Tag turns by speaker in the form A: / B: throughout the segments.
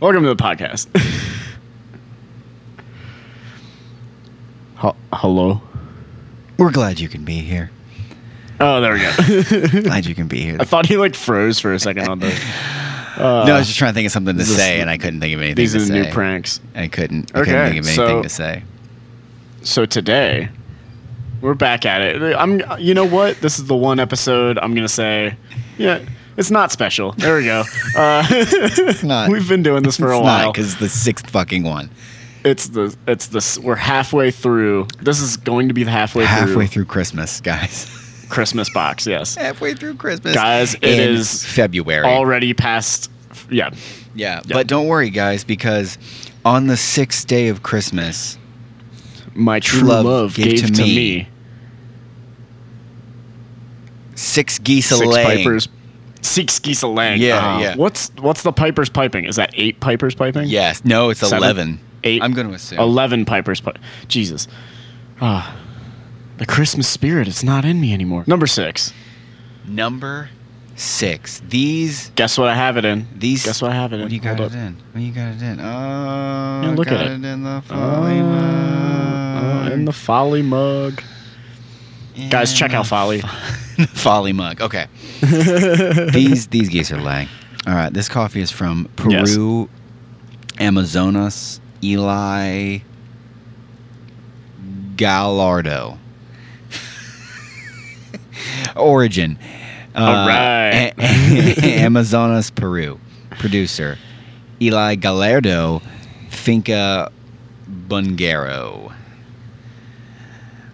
A: Welcome to the podcast. Ho- Hello.
B: We're glad you can be here.
A: Oh, there we go.
B: Glad you can be here.
A: I thought he like froze for a second on the.
B: no, I was just trying to think of something to
A: Uh, this-
B: say, and I couldn't think of anything.
A: These
B: to
A: are the
B: say.
A: new pranks.
B: I couldn't. I couldn't
A: Okay,
B: think of anything
A: so-
B: to say.
A: So today, we're back at it. I'm. You know what? This is the one episode I'm gonna say. Yeah, it's not special. There we go. Uh,
B: It's not.
A: we've been doing this for
B: it's
A: a
B: not
A: while.
B: because it's the sixth fucking one.
A: It's the. It's the. s- We're halfway through. This is going to be the halfway,
B: Halfway through Christmas, guys.
A: through Christmas box. Yes.
B: Halfway through Christmas,
A: Guys, it
B: It is
A: is
B: February.
A: Already past. Yeah.
B: yeah,
A: yeah.
B: but don't worry, guys, because on the sixth day of Christmas,
A: My true love, gave, to, me,
B: six geese a
A: six
B: laying.
A: pipers, six geese a laying.
B: Yeah, yeah.
A: What's what's the pipers piping? Is that eight pipers piping?
B: Yes. No, it's
A: Seven,
B: eleven.
A: eight,
B: I'm going to assume.
A: Eleven pipers. Pi- Jesus. Ah, the Christmas spirit is not in me anymore. Number six.
B: Number six. These.
A: Guess what I have it in.
B: These.
A: Guess what I have it in.
B: What do you got
A: Hold
B: it
A: up.
B: in? What do you got it in? Oh,
A: Yeah, look at
B: got
A: it.
B: in the folly
A: Uh, uh,
B: mug.
A: in the folly mug. Guys,
B: In
A: check out
B: the
A: folly.
B: fo- folly mug. Okay. these these geese are laying. All right. This coffee is from
A: Yes.
B: Peru, Amazonas, Eli, Gallardo. Origin. Uh,
A: All right.
B: A- Amazonas, Peru. Producer Eli Gallardo, Finca Bungaro.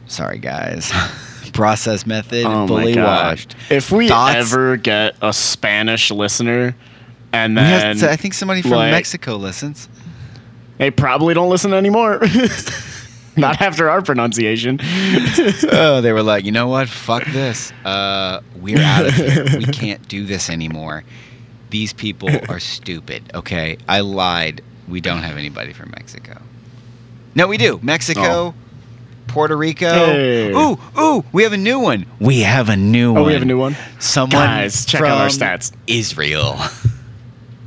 B: Sorry, guys. Process method fully washed.
A: Oh If we
B: Thoughts?
A: ever get a Spanish listener, and
B: We have
A: then
B: to- I think somebody from
A: like-
B: Mexico listens.
A: they probably don't listen anymore. Not after our pronunciation.
B: oh, they were like, you know what? Fuck this. Uh, we're out of here. We can't do this anymore. These people are stupid. Okay, I lied. We don't have anybody from Mexico. No, we do. Mexico, Puerto Rico.
A: Oh. Hey.
B: Ooh, ooh, we have a new one. We have a new one.
A: Oh, we have a new one.
B: Someone
A: Guys, check out our
B: from
A: stats.
B: Israel.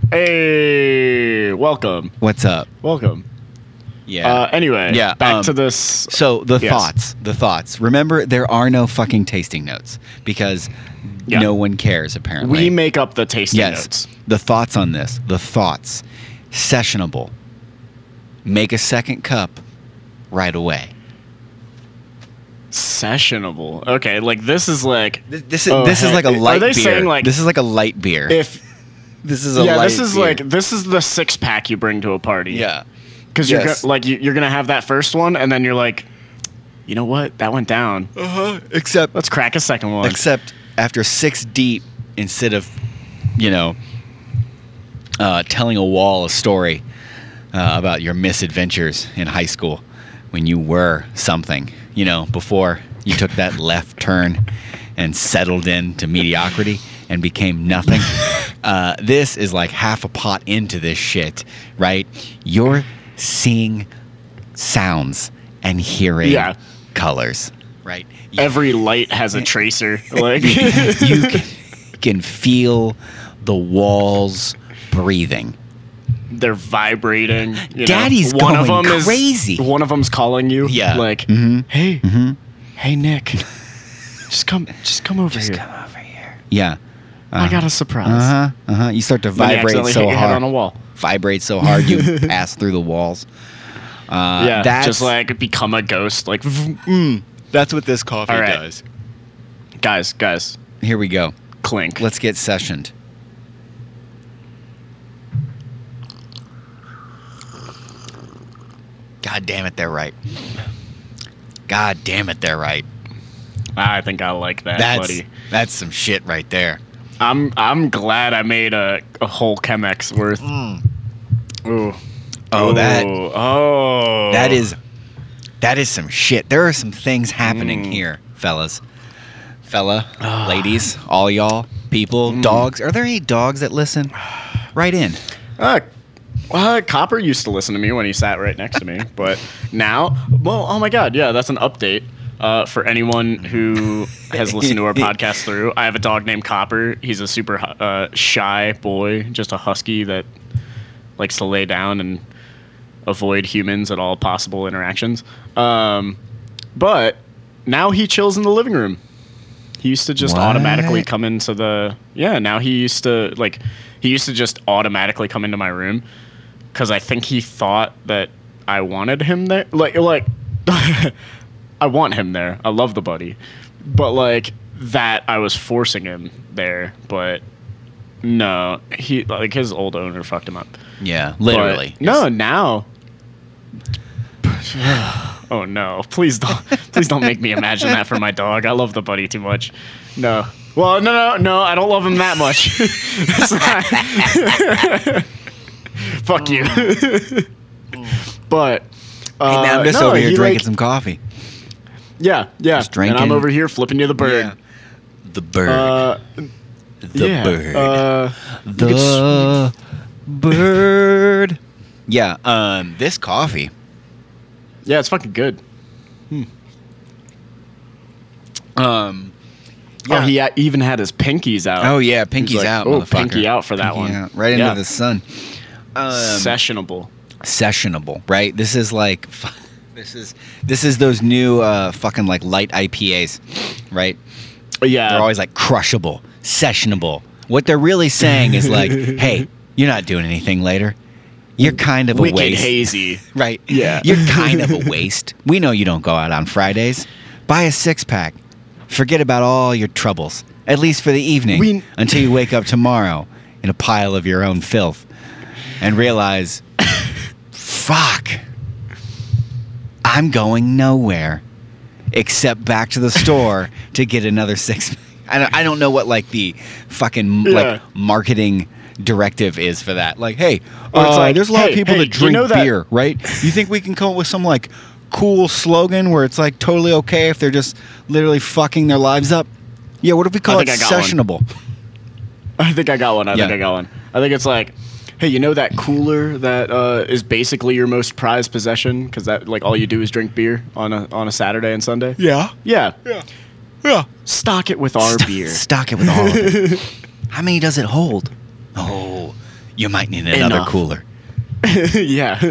A: Hey, welcome,
B: What's up?
A: welcome.
B: Yeah.
A: Uh, anyway,
B: Yeah,
A: back
B: um,
A: to this.
B: So the
A: Yes.
B: thoughts, the thoughts. Remember, there are no fucking tasting notes because
A: Yeah.
B: no one cares apparently.
A: We make up the tasting
B: yes.
A: notes.
B: The thoughts on this, the thoughts, sessionable. Make a second cup right away.
A: Sessionable. Okay, like this is like
B: This, this is
A: Oh,
B: this is
A: hey,
B: like a
A: are
B: light
A: they
B: beer.
A: saying, like,
B: this is like a light beer.
A: if
B: this is a
A: yeah,
B: light
A: this is
B: beer.
A: like this is the six pack you bring to a party.
B: yeah.
A: because you're
B: Yes.
A: go- like you, you're gonna have that first one, and then you're like, you know what, that went down.
B: Uh huh. Except
A: Let's crack a second one.
B: Except after six deep, instead of, you know, uh, telling a wall a story uh, about your misadventures in high school when you were something, you know, before you took that left turn and settled into mediocrity and became nothing. Uh, this is like half a pot into this shit, right? You're seeing sounds and hearing
A: Yeah.
B: colors, right? You
A: Every light has a tracer. Like
B: you can, can feel the walls breathing.
A: they're vibrating. You know?
B: Daddy's
A: one of
B: going
A: 'em
B: crazy.
A: Is, one of them's calling you.
B: Yeah.
A: Like,
B: Mhm.
A: hey, hey, Nick, just come, just come over here.
B: over here. Yeah.
A: I got a surprise.
B: Uh huh. Uh huh. You start to
A: Then you
B: vibrate
A: accidentally
B: so
A: hit your head
B: hard.
A: on a wall.
B: Vibrate so hard you pass through the walls. Uh,
A: yeah,
B: That's
A: just like become a ghost. Like,
B: that's what this coffee
A: All right. guys, guys,
B: Here we go.
A: clink.
B: Let's get sessioned. God damn it, they're right. God damn it, they're right.
A: I think I like that,
B: That's
A: buddy.
B: that's some shit right there.
A: I'm I'm glad I made a, a whole Chemex worth. Ooh.
B: Mm. Oh, that-
A: Ooh. oh
B: That is that is some shit. There are some things happening
A: Mm.
B: here, fellas. Fella, ladies, all y'all, people,
A: Mm.
B: dogs. Are there any dogs that listen? Right in.
A: Uh, uh, Copper used to listen to me when he sat right next to me, but now, well, oh my God, yeah, that's an update. Uh, for anyone who has listened to our podcast through, I have a dog named Copper. He's a super uh, shy boy, just a husky that likes to lay down and avoid humans at all possible interactions. Um, but now he chills in the living room. He used to just
B: What?
A: automatically come into the yeah. Now he used to like he used to just automatically come into my room because I think he thought that I wanted him there. Like like I want him there. I love the buddy, but like that I was forcing him there. But no, he like his old owner fucked him up.
B: Yeah,
A: But-
B: literally.
A: no, now. oh no! Please don't, please don't make me imagine that for my dog. I love the buddy too much. No. Well, no, no, no. I don't love him that much. It's not- Fuck you. but uh,
B: Hey, now I'm just
A: no,
B: over here
A: he,
B: drinking
A: like-
B: some coffee.
A: Yeah, yeah.
B: Just
A: And
B: drinking.
A: I'm over here flipping you the bird.
B: Yeah. The bird.
A: Uh,
B: the
A: yeah.
B: bird.
A: Uh, you could s-
B: the bird. Yeah, um, this coffee.
A: yeah, it's fucking good.
B: Hmm. Um,
A: Oh,
B: yeah.
A: he a- even had his pinkies out.
B: oh yeah, pinky's
A: like,
B: out,
A: "Oh,
B: motherfucker.
A: pinky out for that one."
B: out, right
A: Yeah.
B: into the sun. Um,
A: sessionable.
B: sessionable, right? This is like, f- this is this is those new uh, fucking like light IPAs, right?
A: Yeah,
B: They're
A: Uh,
B: always like crushable, sessionable. What they're really saying is like, hey, you're not doing anything later. You're kind of
A: wicked
B: a waste.
A: hazy.
B: Right.
A: Yeah.
B: You're kind of a waste. We know you don't go out on Fridays. Buy a six pack. Forget about all your troubles, at least for the evening,
A: We-
B: until you wake up tomorrow in a pile of your own filth and realize, fuck, I'm going nowhere except back to the store to get another six. I don't, I don't know what like the fucking
A: Yeah.
B: like marketing directive is for that. Like, hey,
A: Or it's
B: uh,
A: like,
B: there's a lot
A: hey,
B: of people
A: hey,
B: that
A: you
B: drink
A: know that-
B: beer, right? You think we can come up with some like cool slogan where it's like totally okay if they're just literally fucking their lives up? Yeah, what if we call it
A: think I got one.
B: sessionable?
A: I think I got one. I think
B: Yeah.
A: I got one. I think it's like, hey, you know that cooler that uh, is basically your most prized possession because that like all you do is drink beer on a on a Saturday and Sunday.
B: Yeah.
A: Yeah.
B: Yeah.
A: Stock it with our beer.
B: Stock it with all of it. How many does it hold? Oh, you might need another
A: Enough.
B: cooler.
A: yeah.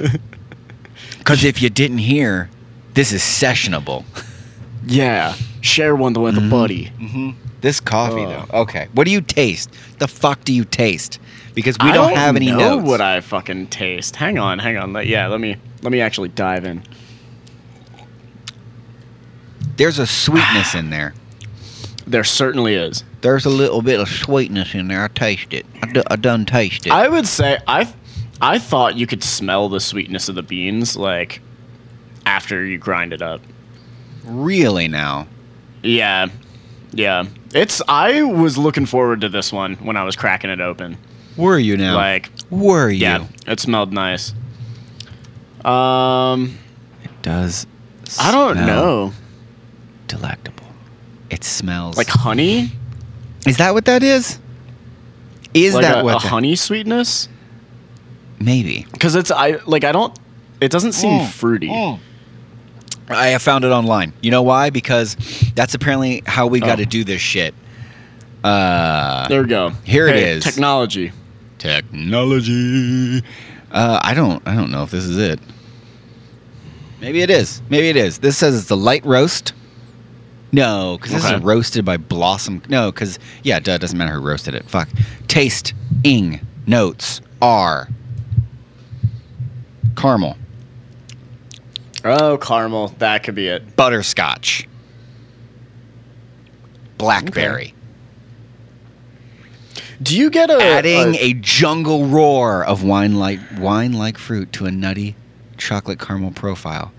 B: Because if you didn't hear, this is sessionable.
A: yeah. Share one with
B: Mm-hmm.
A: a buddy.
B: This coffee,
A: Oh.
B: though. Okay. What do you taste? The fuck do you taste? Because we
A: I
B: don't, have any
A: know
B: notes.
A: what I fucking taste. Hang on, hang on. Let, yeah, let me let me actually dive in.
B: There's a sweetness in there.
A: There certainly is.
B: There's a little bit of sweetness in there. I taste it. I, d- I done taste it.
A: I would say I, I thought you could smell the sweetness of the beans like after you grind it up.
B: really now.
A: Yeah, yeah. It's I was looking forward to this one when I was cracking it open.
B: Were you now?
A: Like,
B: were you?
A: yeah, it smelled nice. Um,
B: It does.
A: I don't
B: smell
A: know,
B: Delectable. It smells
A: like honey.
B: Is that what that is? Is
A: like
B: that
A: a,
B: what
A: a
B: that-
A: honey sweetness?
B: Maybe.
A: Because it's I like I don't. It doesn't
B: Mm.
A: seem fruity.
B: Oh. I have found it online. You know why? Because that's apparently how we got to
A: Oh.
B: do this shit. Uh,
A: There we go.
B: Here it
A: Hey,
B: is.
A: Technology.
B: technology. Uh, I don't. I don't know if this is it. Maybe it is. Maybe it is. This says it's a light roast. No, because this is
A: Okay.
B: roasted by Blossom. No, because yeah, duh, it doesn't matter who roasted it. Fuck. Taste ing notes are caramel,
A: Oh, caramel. That could be it.
B: butterscotch, blackberry.
A: Do you get a
B: adding
A: a-
B: a jungle roar of wine like wine like fruit to a nutty chocolate caramel profile.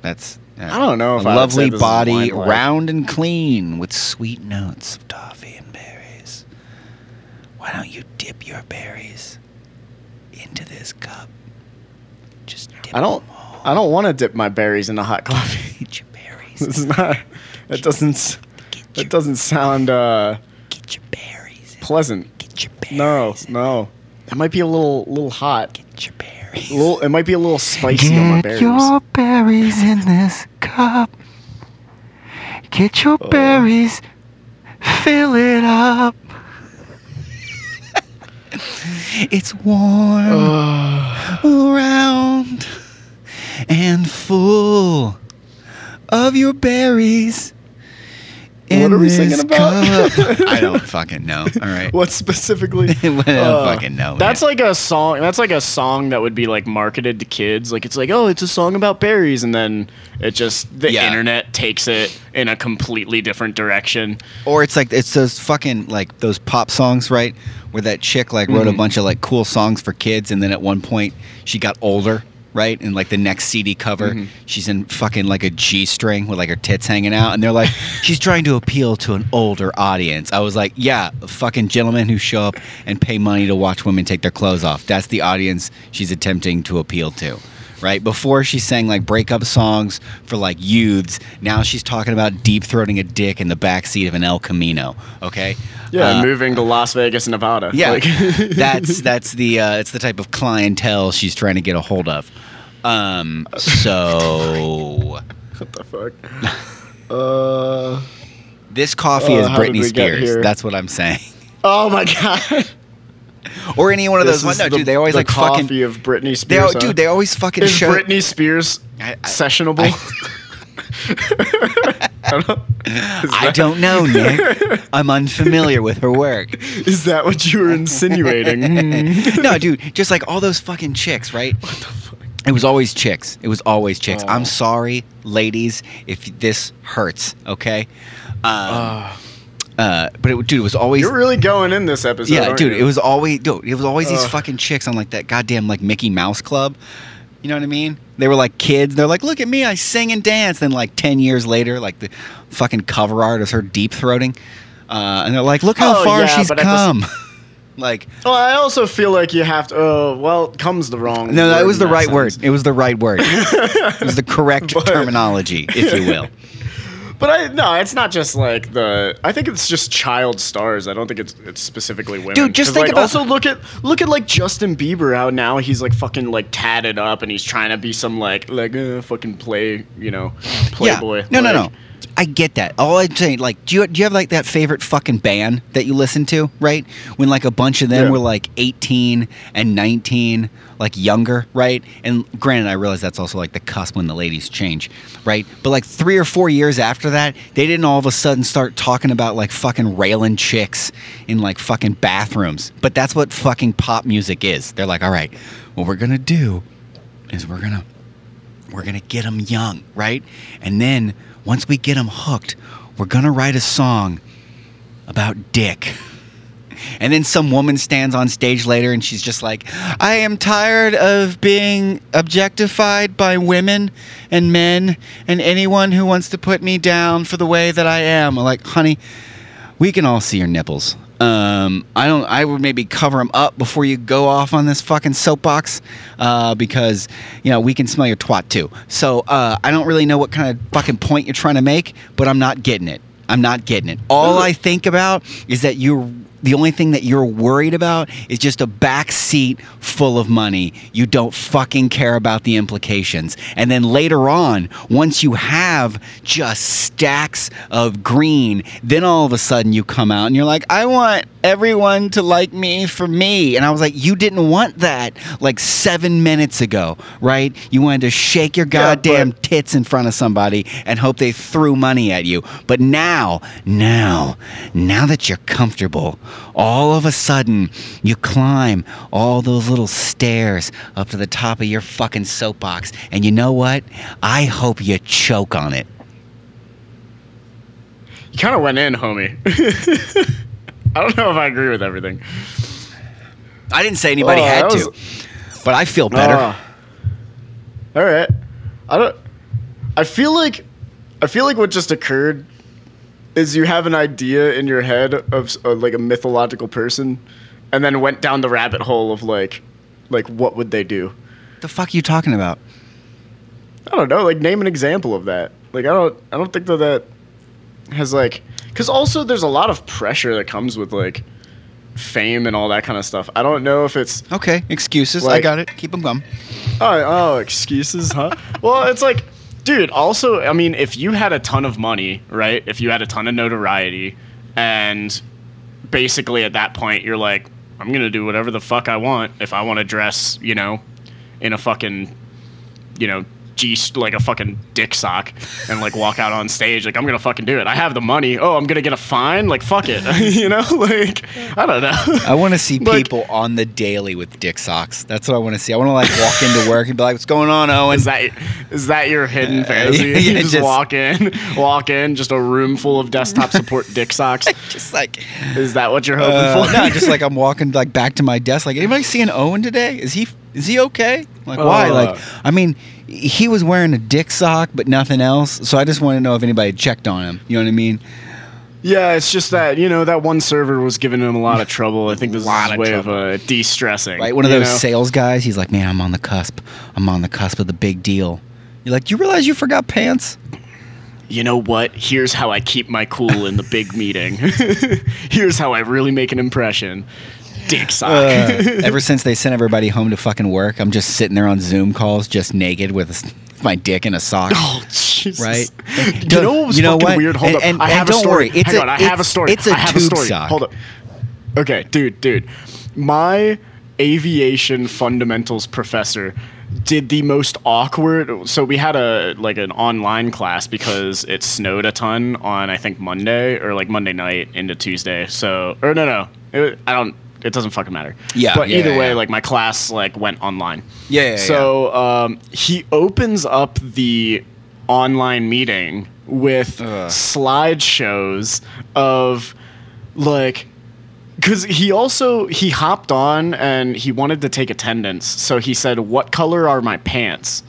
B: That's uh,
A: I don't know if
B: a
A: I would say
B: lovely
A: this is
B: body,
A: wine-like.
B: round and clean, with sweet notes of toffee and berries. Why don't you dip your berries into this cup? Just dip
A: I don't.
B: them all.
A: I don't want to dip my berries in the hot coffee.
B: Get your berries.
A: it's not. It doesn't. s-
B: Get your,
A: It doesn't sound uh,
B: get your berries.
A: pleasant.
B: Get your berries.
A: No, no. It might be a little, little hot.
B: Get your berries.
A: A little. It might be a little spicy on my berries.
B: berries in this cup. Get your berries. Fill it up. It's warm Oh. around and full of your berries. in
A: are we
B: this
A: singing about?
B: cup. I don't fucking know. All right.
A: what specifically? Uh,
B: I don't fucking know.
A: That's like a song. That's like a song that would be like marketed to kids. Like it's like, oh, it's a song about berries, and then it just the
B: Yeah.
A: internet takes it in a completely different direction.
B: Or it's like it's those fucking like those pop songs, right? Where that chick like wrote a bunch of like cool songs for kids, and then at one point she got older, right? And like the next CD cover, she's in fucking like a G string with like her tits hanging out, and they're like, she's trying to appeal to an older audience. I was like, yeah, fucking gentlemen who show up and pay money to watch women take their clothes off. That's the audience she's attempting to appeal to. Right before she sang like breakup songs for like youths, now she's talking about deep throating a dick in the backseat of an El Camino. Okay,
A: Yeah,
B: Uh,
A: moving to Las Vegas, Nevada.
B: yeah,
A: Like-
B: that's that's the uh, it's the type of clientele she's trying to get a hold of. Um, so
A: what the fuck. Uh,
B: this coffee
A: Uh,
B: is
A: how did
B: Britney
A: we get
B: Spears.
A: here?
B: That's what I'm saying.
A: oh my god!
B: Or any one of
A: This
B: those ones.
A: is
B: No,
A: the-
B: dude, they always
A: the
B: like
A: coffee
B: fucking.
A: of Britney
B: They, al-
A: Spears. huh?
B: dude, they always fucking
A: is
B: show.
A: Britney Spears
B: I- I-
A: sessionable? I don't- is
B: I
A: that-
B: don't know, Nick. I'm unfamiliar with her work.
A: Is that what you were insinuating? Hmm.
B: Mm. no, dude, just like all those fucking chicks, right? It was always chicks. It was always chicks.
A: Oh.
B: I'm sorry, ladies, if this hurts, okay? Um,
A: Ah.
B: uh, but it, dude, it was always
A: You're really going in this episode.
B: yeah,
A: aren't
B: dude.
A: you?
B: It was always dude. It was always these
A: Ugh.
B: fucking chicks on like that goddamn like Mickey Mouse Club. You know what I mean? They were like kids. They're like, look at me, I sing and dance. Then like ten years later, like the fucking cover art is her deep throating, uh, and they're like, look how
A: Oh,
B: far
A: yeah,
B: she's
A: but at the s-
B: come. like,
A: Well, Oh, I also feel like you have to. Oh, well, comes the wrong.
B: no, that
A: word
B: was
A: in
B: the right
A: sentence.
B: word. It was the right word. it was the correct terminology, if you will.
A: But I no, it's not just like the. I think it's just child stars. I don't think it's it's specifically women.
B: Dude, just
A: 'Cause,
B: think
A: like,
B: about-
A: Also, look at look at like Justin Bieber out now. He's like fucking like tatted up, and he's trying to be some like like uh, fucking play you know playboy.
B: No, no,
A: like-
B: no. I get that. All I'm saying, like, do you do you have like that favorite fucking band that you listen to, right? When like a bunch of them
A: Yeah.
B: were like 18 and 19, like younger, right? And granted, I realize that's also like the cusp when the ladies change, right? But like three or four years after that, they didn't all of a sudden start talking about like fucking railing chicks in like fucking bathrooms. But that's what fucking pop music is. They're like, all right, what we're gonna do is we're gonna we're gonna get them young, right? And then once we get them hooked, we're gonna write a song about dick. And then some woman stands on stage later and she's just like, I am tired of being objectified by women and men and anyone who wants to put me down for the way that I am. I'm like, honey, we can all see your nipples. Um, I don't. I would maybe cover them up before you go off on this fucking soapbox, uh, because you know we can smell your twat too. So uh, I don't really know what kind of fucking point you're trying to make, but I'm not getting it. I'm not getting it. All I think about is that you're the only thing that you're worried about is just a back seat full of money. You don't fucking care about the implications. And then later on, once you have just stacks of green, then all of a sudden you come out and you're like, I want everyone to like me for me. And I was like, you didn't want that like seven minutes ago, right? You wanted to shake your
A: Yeah, but-
B: goddamn tits in front of somebody and hope they threw money at you. But now, now, now that you're comfortable, all of a sudden you climb all those little stairs up to the top of your fucking soapbox. And you know what? I hope you choke on it.
A: You kind of went in, homie. I don't know if I agree with everything.
B: I didn't say anybody
A: Oh,
B: had
A: that
B: to, but I feel better.
A: Ah. all right. I don't. I feel like, I feel like what just occurred is you have an idea in your head of s- of, like a mythological person, and then went down the rabbit hole of like, like what would they do?
B: the fuck are you talking about?
A: I don't know. Like name an example of that. Like I don't. I don't think that that has like. Because also there's a lot of pressure that comes with like fame and all that kind of stuff. I don't know if it's
B: Okay, excuses. I
A: Like-
B: got it. Keep them gum.
A: Oh, oh, excuses, huh? well, it's like, dude, also, I mean, if you had a ton of money, right? If you had a ton of notoriety, and basically at that point, you're like, I'm gonna do whatever the fuck I want. If I want to dress, you know, in a fucking, you know, G like a fucking dick sock, and like walk out on stage, like I'm gonna fucking do it. I have the money. Oh, I'm gonna get a fine. Like fuck it, you know. Like I don't know.
B: I want to see
A: Like-
B: people on the daily with dick socks. That's what I want to see. I want to like walk into work and be like, "What's going on, Owen?"
A: Is that is that your hidden fantasy?
B: yeah,
A: you just,
B: just-
A: walk in, walk in, just a room full of desktop support dick socks.
B: just like
A: Is that what you're hoping
B: uh,
A: for?
B: no, just like I'm walking like back to my desk. Like, anybody seeing Owen today? Is he is he okay? Like, why?
A: Uh.
B: Like, I mean, he was wearing a dick sock, but nothing else. So I just want to know if anybody checked on him. You know what I mean?
A: Yeah, it's just that you know that one server was giving him a lot of trouble. I think this is
B: Lot
A: his
B: of
A: way
B: trouble.
A: of uh, de-stressing.
B: Right? One of
A: you
B: those
A: know?
B: sales guys. He's like, man, I'm on the cusp. I'm on the cusp of the big deal. You're like, you realize you forgot pants?
A: you know what? Here's how I keep my cool in the big meeting. Here's how I really make an impression. Dick sock.
B: Uh, ever since they sent everybody home to fucking work, I'm just sitting there on Zoom calls, just naked with a s- my dick in a sock.
A: oh Jesus!
B: Right?
A: you
B: Don't-
A: know what was
B: you know
A: fucking
B: what?
A: weird? Hold
B: And-
A: up.
B: and-
A: I
B: and
A: have a
B: don't
A: story.
B: worry, it's
A: Hang
B: a-
A: on, I have a
B: it's-
A: story.
B: it's a
A: I have
B: tube
A: a story.
B: sock.
A: Hold up. Okay, dude, dude. My aviation fundamentals professor did the most awkward so we had a like an online class because it snowed a ton on I think Monday or like Monday night into Tuesday. So or no no. It, I don't it doesn't fucking matter.
B: Yeah,
A: But
B: yeah,
A: either
B: yeah,
A: way,
B: yeah.
A: like my class like went online.
B: Yeah, yeah, yeah.
A: so um he opens up the online meeting with
B: Ugh.
A: slideshows of like because he also he hopped on and he wanted to take attendance so he said what color are my pants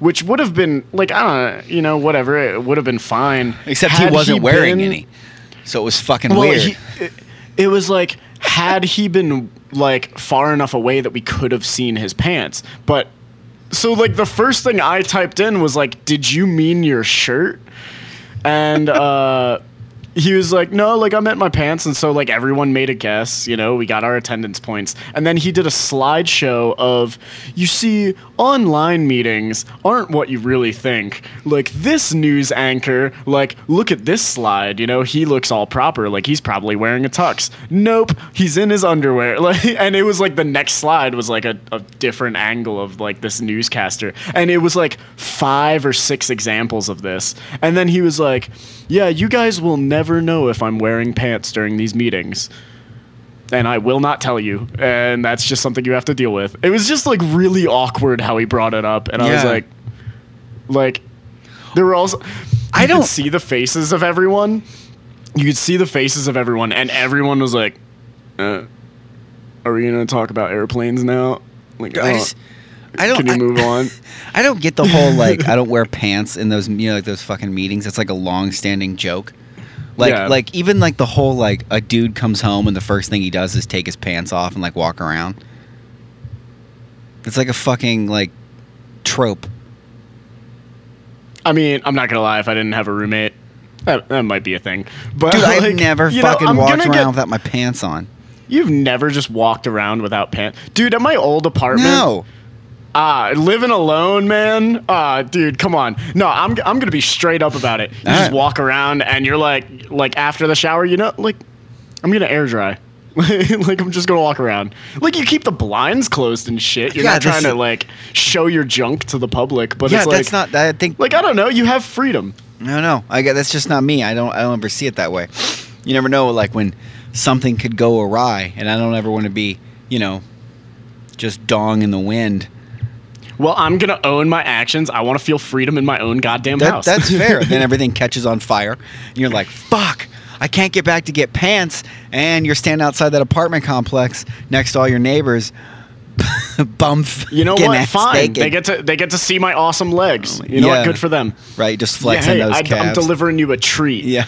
A: which would have been like i don't know you know whatever it would have been fine
B: Except
A: Had
B: he wasn't wearing
A: been-
B: any. So it was fucking
A: well,
B: weird.
A: he- it, it was like had he been like far enough away that we could have seen his pants, but so like the first thing I typed in was like, "Did you mean your shirt?" And uh, he was like, "No, like I meant my pants." And so like everyone made a guess. You know, we got our attendance points, and then he did a slideshow of, "You see, online meetings aren't what you really think. Like this news anchor, like look at this slide. You know, he looks all proper. Like he's probably wearing a tux. Nope, he's in his underwear." Like, and it was like the next slide was like a, a different angle of like this newscaster, and it was like five or six examples of this, and then he was like, "Yeah, you guys will never know if I'm wearing pants during these meetings." And I will not tell you. And that's just something you have to deal with. It was just like really awkward how he brought it up. And I was
B: Yeah.
A: like, like, there were also.
B: I
A: you could
B: don't-
A: see the faces of everyone. You could see the faces of everyone. And everyone was like, uh, are we going to talk about airplanes now? Like,
B: I
A: I
B: just, I don't.
A: don't, Oh, can you
B: I-
A: move on?
B: I don't get the whole like I don't wear pants in those you know like those fucking meetings. It's like a long-standing joke. Like
A: Yeah.
B: like even like the whole like a dude comes home and the first thing he does is take his pants off and like walk around. It's like a fucking like trope.
A: I mean, I'm not gonna lie. If I didn't have a roommate, that, that might be a thing. But
B: Dude,
A: like,
B: I've never
A: you know,
B: fucking
A: I'm
B: walked
A: gonna
B: around
A: get-
B: without my pants on.
A: you've never just walked around without pants, dude. At my old apartment,
B: No.
A: Ah, living alone, man. Ah, dude, come on. No, I'm I'm gonna be straight up about it. You
B: All
A: just
B: right.
A: walk around and you're like like after the shower, you know, like I'm gonna air dry. like I'm just gonna walk around. Like you keep the blinds closed and shit. You're
B: Yeah,
A: not
B: this
A: trying to
B: is-
A: like show your junk to the public, but
B: yeah,
A: it's like
B: that's not I think
A: like I don't know. You have freedom.
B: No, no. I get that's just not me. I don't. I don't ever see it that way. You never know, like when something could go awry, and I don't ever want to be, you know, just dong in the wind.
A: Well, I'm gonna own my actions. I want to feel freedom in my own goddamn
B: That,
A: house.
B: that's fair. then everything catches on fire, and you're like, "Fuck! I can't get back to get pants." And you're standing outside that apartment complex next to all your neighbors, bumf.
A: you know
B: getting
A: what?
B: ass
A: Fine.
B: naked.
A: They get to they get to see my awesome legs. You know
B: Yeah.
A: what? Good for them.
B: right, just
A: Yeah,
B: flexing
A: hey,
B: those
A: I, I'm
B: calves.
A: delivering you a treat.
B: Yeah.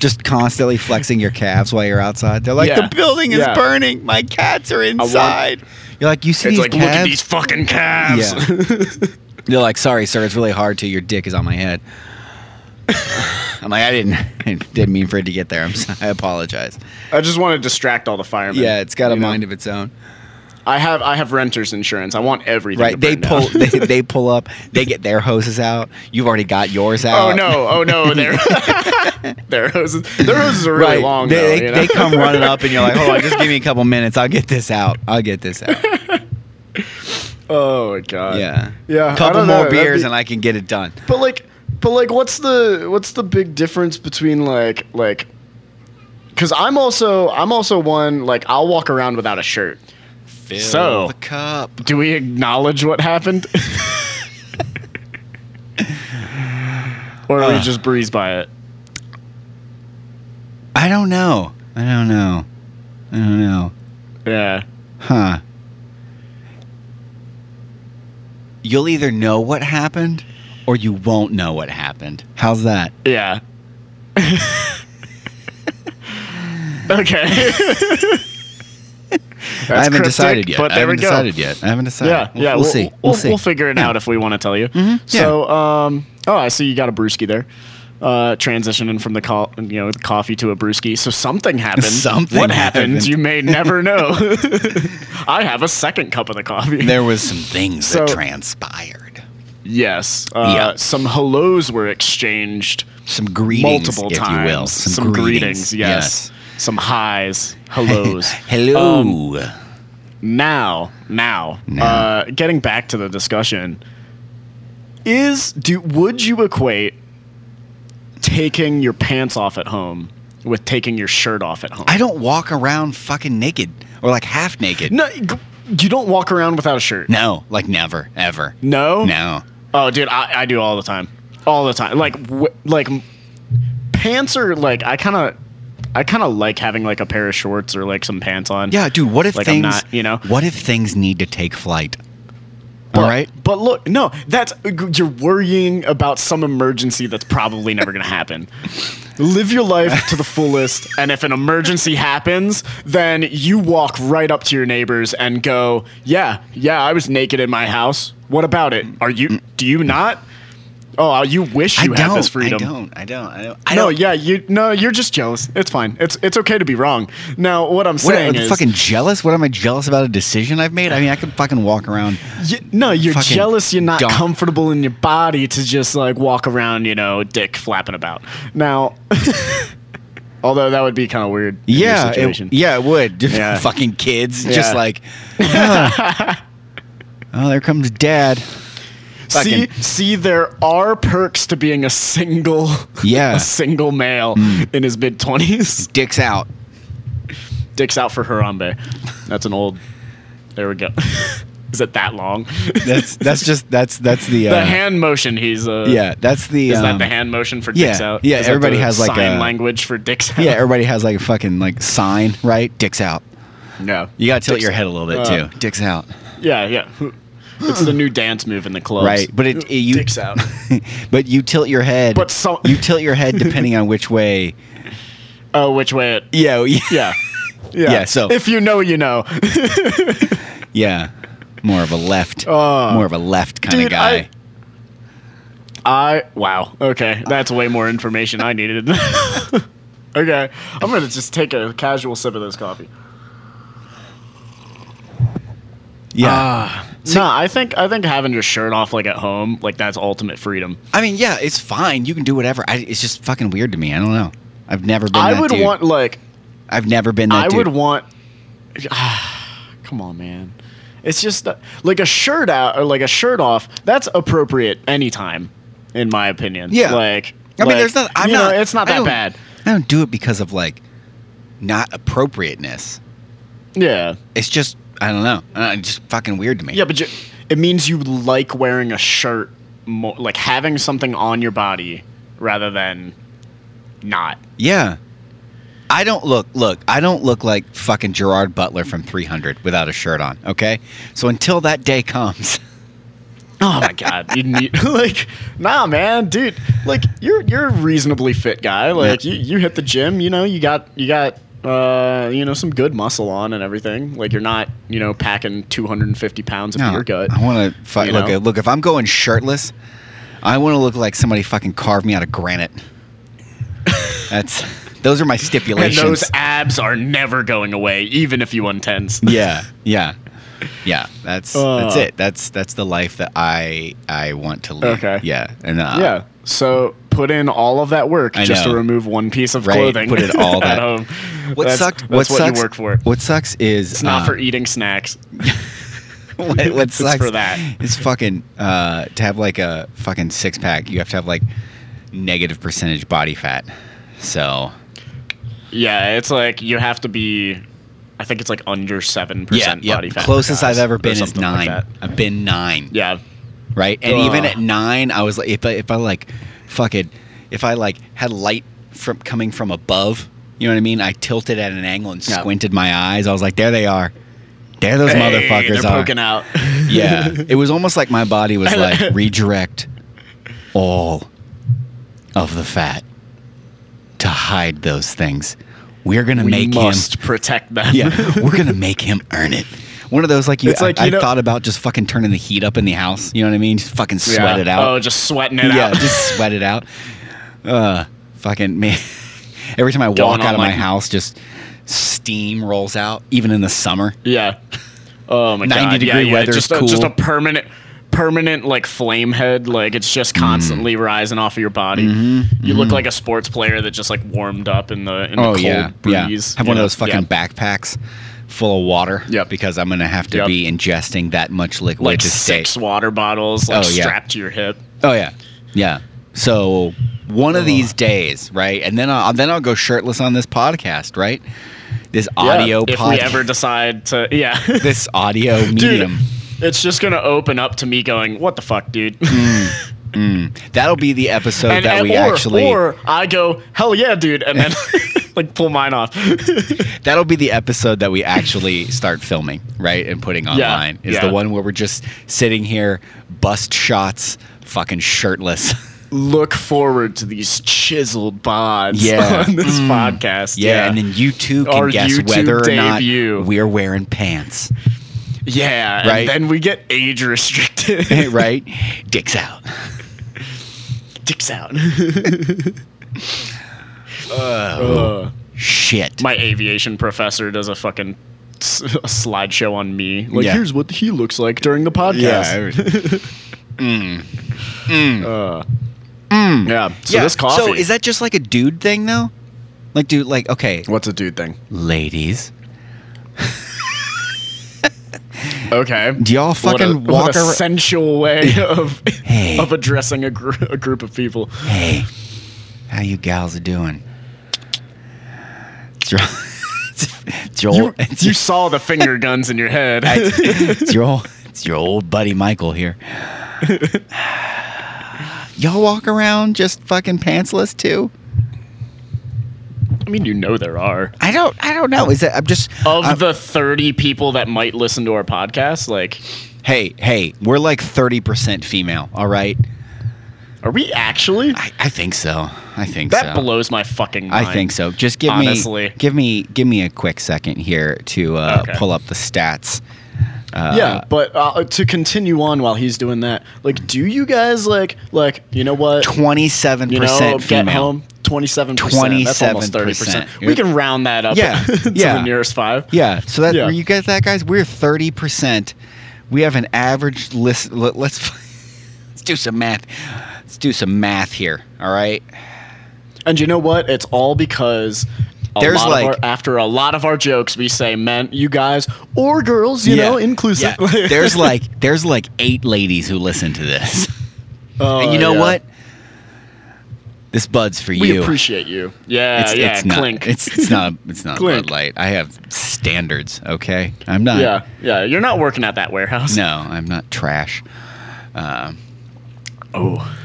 B: Just constantly flexing your calves while you're outside. They're like,
A: Yeah.
B: the building is
A: Yeah.
B: burning. My cats are inside. You're like, you see
A: It's
B: these
A: like, look at these
B: calves?
A: fucking calves.
B: Yeah. You're like, sorry, sir. It's really hard to. Your dick is on my head. I'm like, I didn't, I didn't mean for it to get there. I'm sorry. I apologize.
A: I just want to distract all the firemen.
B: Yeah, it's got a
A: you know?
B: mind of its own.
A: I have I have renter's insurance. I want everything.
B: Right?
A: to
B: They
A: burn
B: pull.
A: down.
B: They, they pull up. They get their hoses out. You've already got yours out.
A: Oh no! Oh no! Their their hoses their hoses are really
B: Right.
A: long.
B: They,
A: though,
B: they,
A: you know?
B: they come running up, and you're like, "Hold on, just give me a couple minutes. I'll get this out. I'll get this out."
A: Oh my god.
B: Yeah.
A: Yeah. I
B: Couple
A: don't know,
B: more
A: that'd
B: beers,
A: be-
B: and I can get it done.
A: But like, but like, what's the what's the big difference between like like? Because I'm also I'm also one like I'll walk around without a shirt.
B: Fill
A: So-
B: the cup.
A: Do we acknowledge what happened? or do we
B: Ugh.
A: just breeze by it?
B: I don't know. I don't know. I don't know.
A: Yeah.
B: Huh. You'll either know what happened or you won't know what happened. How's that?
A: Yeah. okay.
B: I haven't
A: cryptic,
B: decided yet.
A: but
B: I
A: there we
B: haven't
A: go.
B: decided yet. I haven't decided.
A: Yeah,
B: We'll,
A: yeah.
B: We'll, see. We'll, see. Mm-hmm,
A: We'll figure it out if we want to tell you. So, um, oh, I see you got a brewski there. Uh, transitioning from the co- you know coffee to a brewski. So something happened.
B: Something
A: What
B: happened.
A: happened? You may never know. I have a second cup of the coffee.
B: there was some things that
A: So-
B: transpired.
A: Yes. Uh,
B: Yeah.
A: Some hellos were exchanged
B: Some greetings,
A: multiple
B: if
A: times.
B: you will.
A: Some, greetings. Yes. Some highs. Hellos. Um,
B: Hello.
A: now, now, Uh, getting back to the discussion, is do would you equate taking your pants off at home with taking your shirt off at home?
B: I don't walk around fucking naked or like half naked.
A: no, g- you don't walk around without a shirt.
B: No, like never, ever.
A: No,
B: No.
A: Oh, dude, I, I do all the time, all the time. Like, w- like m- pants are like I kind of, I kind of like having like a pair of shorts or like some pants on.
B: Yeah, dude. What if
A: Like, I'm
B: things?
A: not, you know?
B: What if things need to take flight?
A: But,
B: All right.
A: But look, no, that's you're worrying about some emergency that's probably never going to happen. Live your life to the fullest, and if an emergency happens, then you walk right up to your neighbors and go, "Yeah, yeah, I was naked in my house. What about it? Are you? Do you not? Oh, you wish
B: Mm. I
A: you had
B: don't.
A: this freedom.
B: I don't. I don't. I don't. I
A: no,
B: don't.
A: yeah, you no, you're just jealous. It's fine. It's it's okay to be wrong. Now, what I'm
B: What
A: saying
B: am I
A: is,
B: fucking jealous? What am I jealous about a decision I've made? I mean, I could fucking walk around.
A: Y no, you're
B: fucking
A: jealous. You're not
B: dumb.
A: comfortable in your body to just like walk around, you know, dick flapping about. Now, although that would be kind of weird. in your
B: Yeah,
A: situation.
B: it, yeah, it would.
A: Yeah.
B: fucking kids,
A: Yeah.
B: just like, oh, oh, there comes dad.
A: See,
B: fucking-
A: see, there are perks to being a single,
B: Yeah. Hmm.
A: a single male in his mid twenties.
B: Dicks out.
A: Dick's out for Harambe. That's an old. There we go. Is it that long?
B: That's that's just that's that's the uh,
A: the hand motion. He's uh,
B: yeah. That's the
A: Is that
B: um,
A: the hand motion for
B: yeah,
A: dicks out?
B: yeah,
A: Is that
B: everybody
A: the
B: has, like,
A: sign
B: a-
A: language for dicks out.
B: Yeah, er, everybody has like a fucking like sign, right? Dicks out.
A: no.
B: You gotta tilt
A: Dicks
B: your head a little bit
A: Uh,
B: too. Dicks out.
A: Yeah, yeah. It's the new dance move in the clubs.
B: Right, but it- it- you-
A: dicks out.
B: but you tilt your head.
A: But so-
B: you tilt your head depending on which way.
A: Oh, which way it?
B: Yeah, yeah,
A: Yeah. Yeah.
B: Yeah, so-
A: if you know, you know.
B: yeah. More of a left,
A: Oh.
B: more of a left kind of
A: Dude,
B: guy.
A: I- I wow. Okay, that's way more information I needed. okay, I'm gonna just take a casual sip of this coffee.
B: yeah,
A: Ah, no, I think I think having your shirt off like at home, like that's ultimate freedom.
B: I mean, yeah, it's fine. You can do whatever. I, it's just fucking weird to me. I don't know. I've never been.
A: I
B: that
A: would
B: dude.
A: want like
B: I've never been that
A: I would
B: dude.
A: want. come on, man. It's just uh, like a shirt out or like a shirt off. That's appropriate anytime, in my opinion.
B: Yeah.
A: Like
B: I mean,
A: like,
B: there's not. I'm
A: you know,
B: not.
A: it's not
B: I
A: that
B: don't-
A: bad.
B: I don't do it because of like not appropriateness.
A: Yeah.
B: It's just I don't know. Uh, It's just fucking weird to me.
A: Yeah, but ju- it means you like wearing a shirt, more, like having something on your body rather than not.
B: Yeah. I don't look look, I don't look like fucking Gerard Butler from 300 without a shirt on, okay? So until that day comes,
A: Oh my god, you need like nah, man, dude. Like you're you're a reasonably fit guy. Like you, you hit the gym, you know, you got you got uh you know some good muscle on and everything. Like you're not you know packing 250 pounds of
B: no,
A: beer gut.
B: I want to fuck
A: You
B: look
A: know?
B: look if I'm going shirtless, I want to look like somebody fucking carved me out of granite. That's those are my
A: And
B: stipulations.
A: those abs are never going away, even if you untense.
B: yeah, yeah. yeah, that's
A: Uh.
B: that's it. That's that's the life that I I want to live.
A: Okay.
B: Yeah, and uh,
A: yeah. So put in all of that work
B: I
A: just
B: know.
A: to remove one piece of
B: Right,
A: clothing.
B: put in all
A: at
B: that-
A: home.
B: What
A: that's,
B: sucked?
A: That's
B: what
A: what
B: sucks,
A: you work for.
B: What sucks is
A: It's not
B: uh,
A: for eating snacks.
B: what, what
A: It's
B: sucks
A: for that.
B: is fucking uh, to have like a fucking six pack. You have to have like negative percentage body fat. So
A: Yeah, it's like you have to be. I think it's like under seven percent body fat. for
B: Closest I've
A: guys,
B: ever
A: or
B: been is
A: something like
B: nine.
A: that.
B: I've been nine.
A: yeah,
B: right? And even
A: Ugh.
B: at nine, I was like, if I, if I like, fucking, if I like had light from coming from above, you know what I mean? I tilted at an angle and
A: Yeah.
B: squinted my eyes. I was like, there they are, there those
A: Hey,
B: motherfuckers
A: they're
B: are.
A: poking out.
B: yeah, it was almost like my body was like redirect all of the fat to hide those things. We're gonna
A: we
B: make him
A: must protect them.
B: yeah, we're gonna make him earn it. One of those like you,
A: It's like,
B: I,
A: you
B: I
A: know-
B: thought about just fucking turning the heat up in the house. You know what I mean? Just fucking sweat
A: Yeah.
B: it
A: Oh,
B: out.
A: just sweating it
B: yeah,
A: out.
B: just sweat it out. Uh, fucking man. Every time I
A: Going
B: walk
A: on
B: out of my
A: like-
B: house, just steam rolls out. Even in the summer,
A: yeah. Oh my
B: 90
A: god. yeah,
B: degree
A: yeah.
B: weather's
A: just, a, just
B: cool.
A: a permanent, permanent like flame head. Like it's just
B: Mm-hmm.
A: constantly rising off of your body. You look like a sports player that just like warmed up in the in the
B: oh
A: cold
B: yeah,
A: breeze.
B: yeah. Have
A: you
B: one
A: know?
B: of those fucking
A: Yeah.
B: backpacks full of water.
A: Yep.
B: because I'm gonna have to
A: Yep.
B: be ingesting that much liquid
A: like
B: to stay.
A: six water bottles like
B: Oh, yeah.
A: strapped to your hip.
B: Oh yeah, yeah. So one of these days, right? And then I'll then I'll go shirtless on this podcast, right? This audio
A: If
B: pod,
A: we ever decide to, yeah.
B: this audio medium.
A: it's just gonna open up to me going, "What the fuck, dude?"
B: That'll be the episode Mm, that we
A: or,
B: actually.
A: or I go, "Hell yeah, dude," and then like pull mine off.
B: That'll be the episode that we actually start filming, right, and putting online. is
A: yeah.
B: the one where we're just sitting here, bust shots, fucking shirtless.
A: Look forward to these chiseled bods
B: Yeah. Mm.
A: on this podcast.
B: Yeah,
A: Yeah,
B: and then you two can
A: Our
B: guess
A: YouTube
B: whether or
A: debut.
B: not we're wearing pants,
A: yeah, and
B: Right.
A: then we get age restricted.
B: right? Dicks out.
A: Dicks out. Uh.
B: Shit.
A: my aviation professor does a fucking s- a slideshow on me. Like,
B: Yeah.
A: here's what he looks like during the podcast. Yeah. So this coffee.
B: So is that just like a dude thing though? Like dude, like okay,
A: what's a dude thing?
B: ladies,
A: Okay.
B: do y'all
A: What a-
B: fucking
A: what
B: walk
A: a
B: around?
A: sensual way of
B: Hey.
A: of addressing a, gr- a group of people.
B: hey, how you gals are doing? It's your, it's your,
A: You,
B: old- it's,
A: you
B: your
A: saw the finger guns in your head.
B: it's your old- it's your old buddy Michael here. y'all walk around just fucking pantsless too?
A: I mean, you know there are
B: I don't, I don't know. Is that I'm just
A: of
B: I'm-
A: the thirty people that might listen to our podcast. Like,
B: Hey, hey, we're like 30% female, all right?
A: are we actually?
B: I, I think so. I think
A: That
B: so.
A: blows my fucking mind.
B: I think so. Just give
A: Honestly.
B: me give me give me a quick second here to uh,
A: Okay.
B: pull up the stats. Uh,
A: yeah, but uh, to continue on while he's doing that, like, do you guys like like you know what?
B: 27%
A: You know, get
B: female.
A: home. Twenty-seven percent. That's almost thirty percent.
B: 27%.
A: We can round that up.
B: Yeah,
A: to
B: yeah.
A: the nearest five.
B: Yeah, so that
A: Yeah.
B: you get that guys, we're 30%. We have an average list let, let's let's do some math. Let's do some math here, all right?
A: And you know what? It's all because a
B: There's
A: lot of
B: like-
A: our, after a lot of our jokes, we say men, you guys, or girls, you know, inclusive.
B: Yeah. there's like there's like eight ladies who listen to this.
A: Uh,
B: And you know
A: yeah.
B: what? This bud's for
A: We
B: you.
A: appreciate you. Yeah,
B: it's,
A: yeah.
B: it's not,
A: clink.
B: It's, it's not. It's not a
A: Clink.
B: Bud Light. I have standards. Okay, I'm not.
A: yeah, yeah. You're not working at that warehouse.
B: No, I'm not trash. Um,
A: Oh,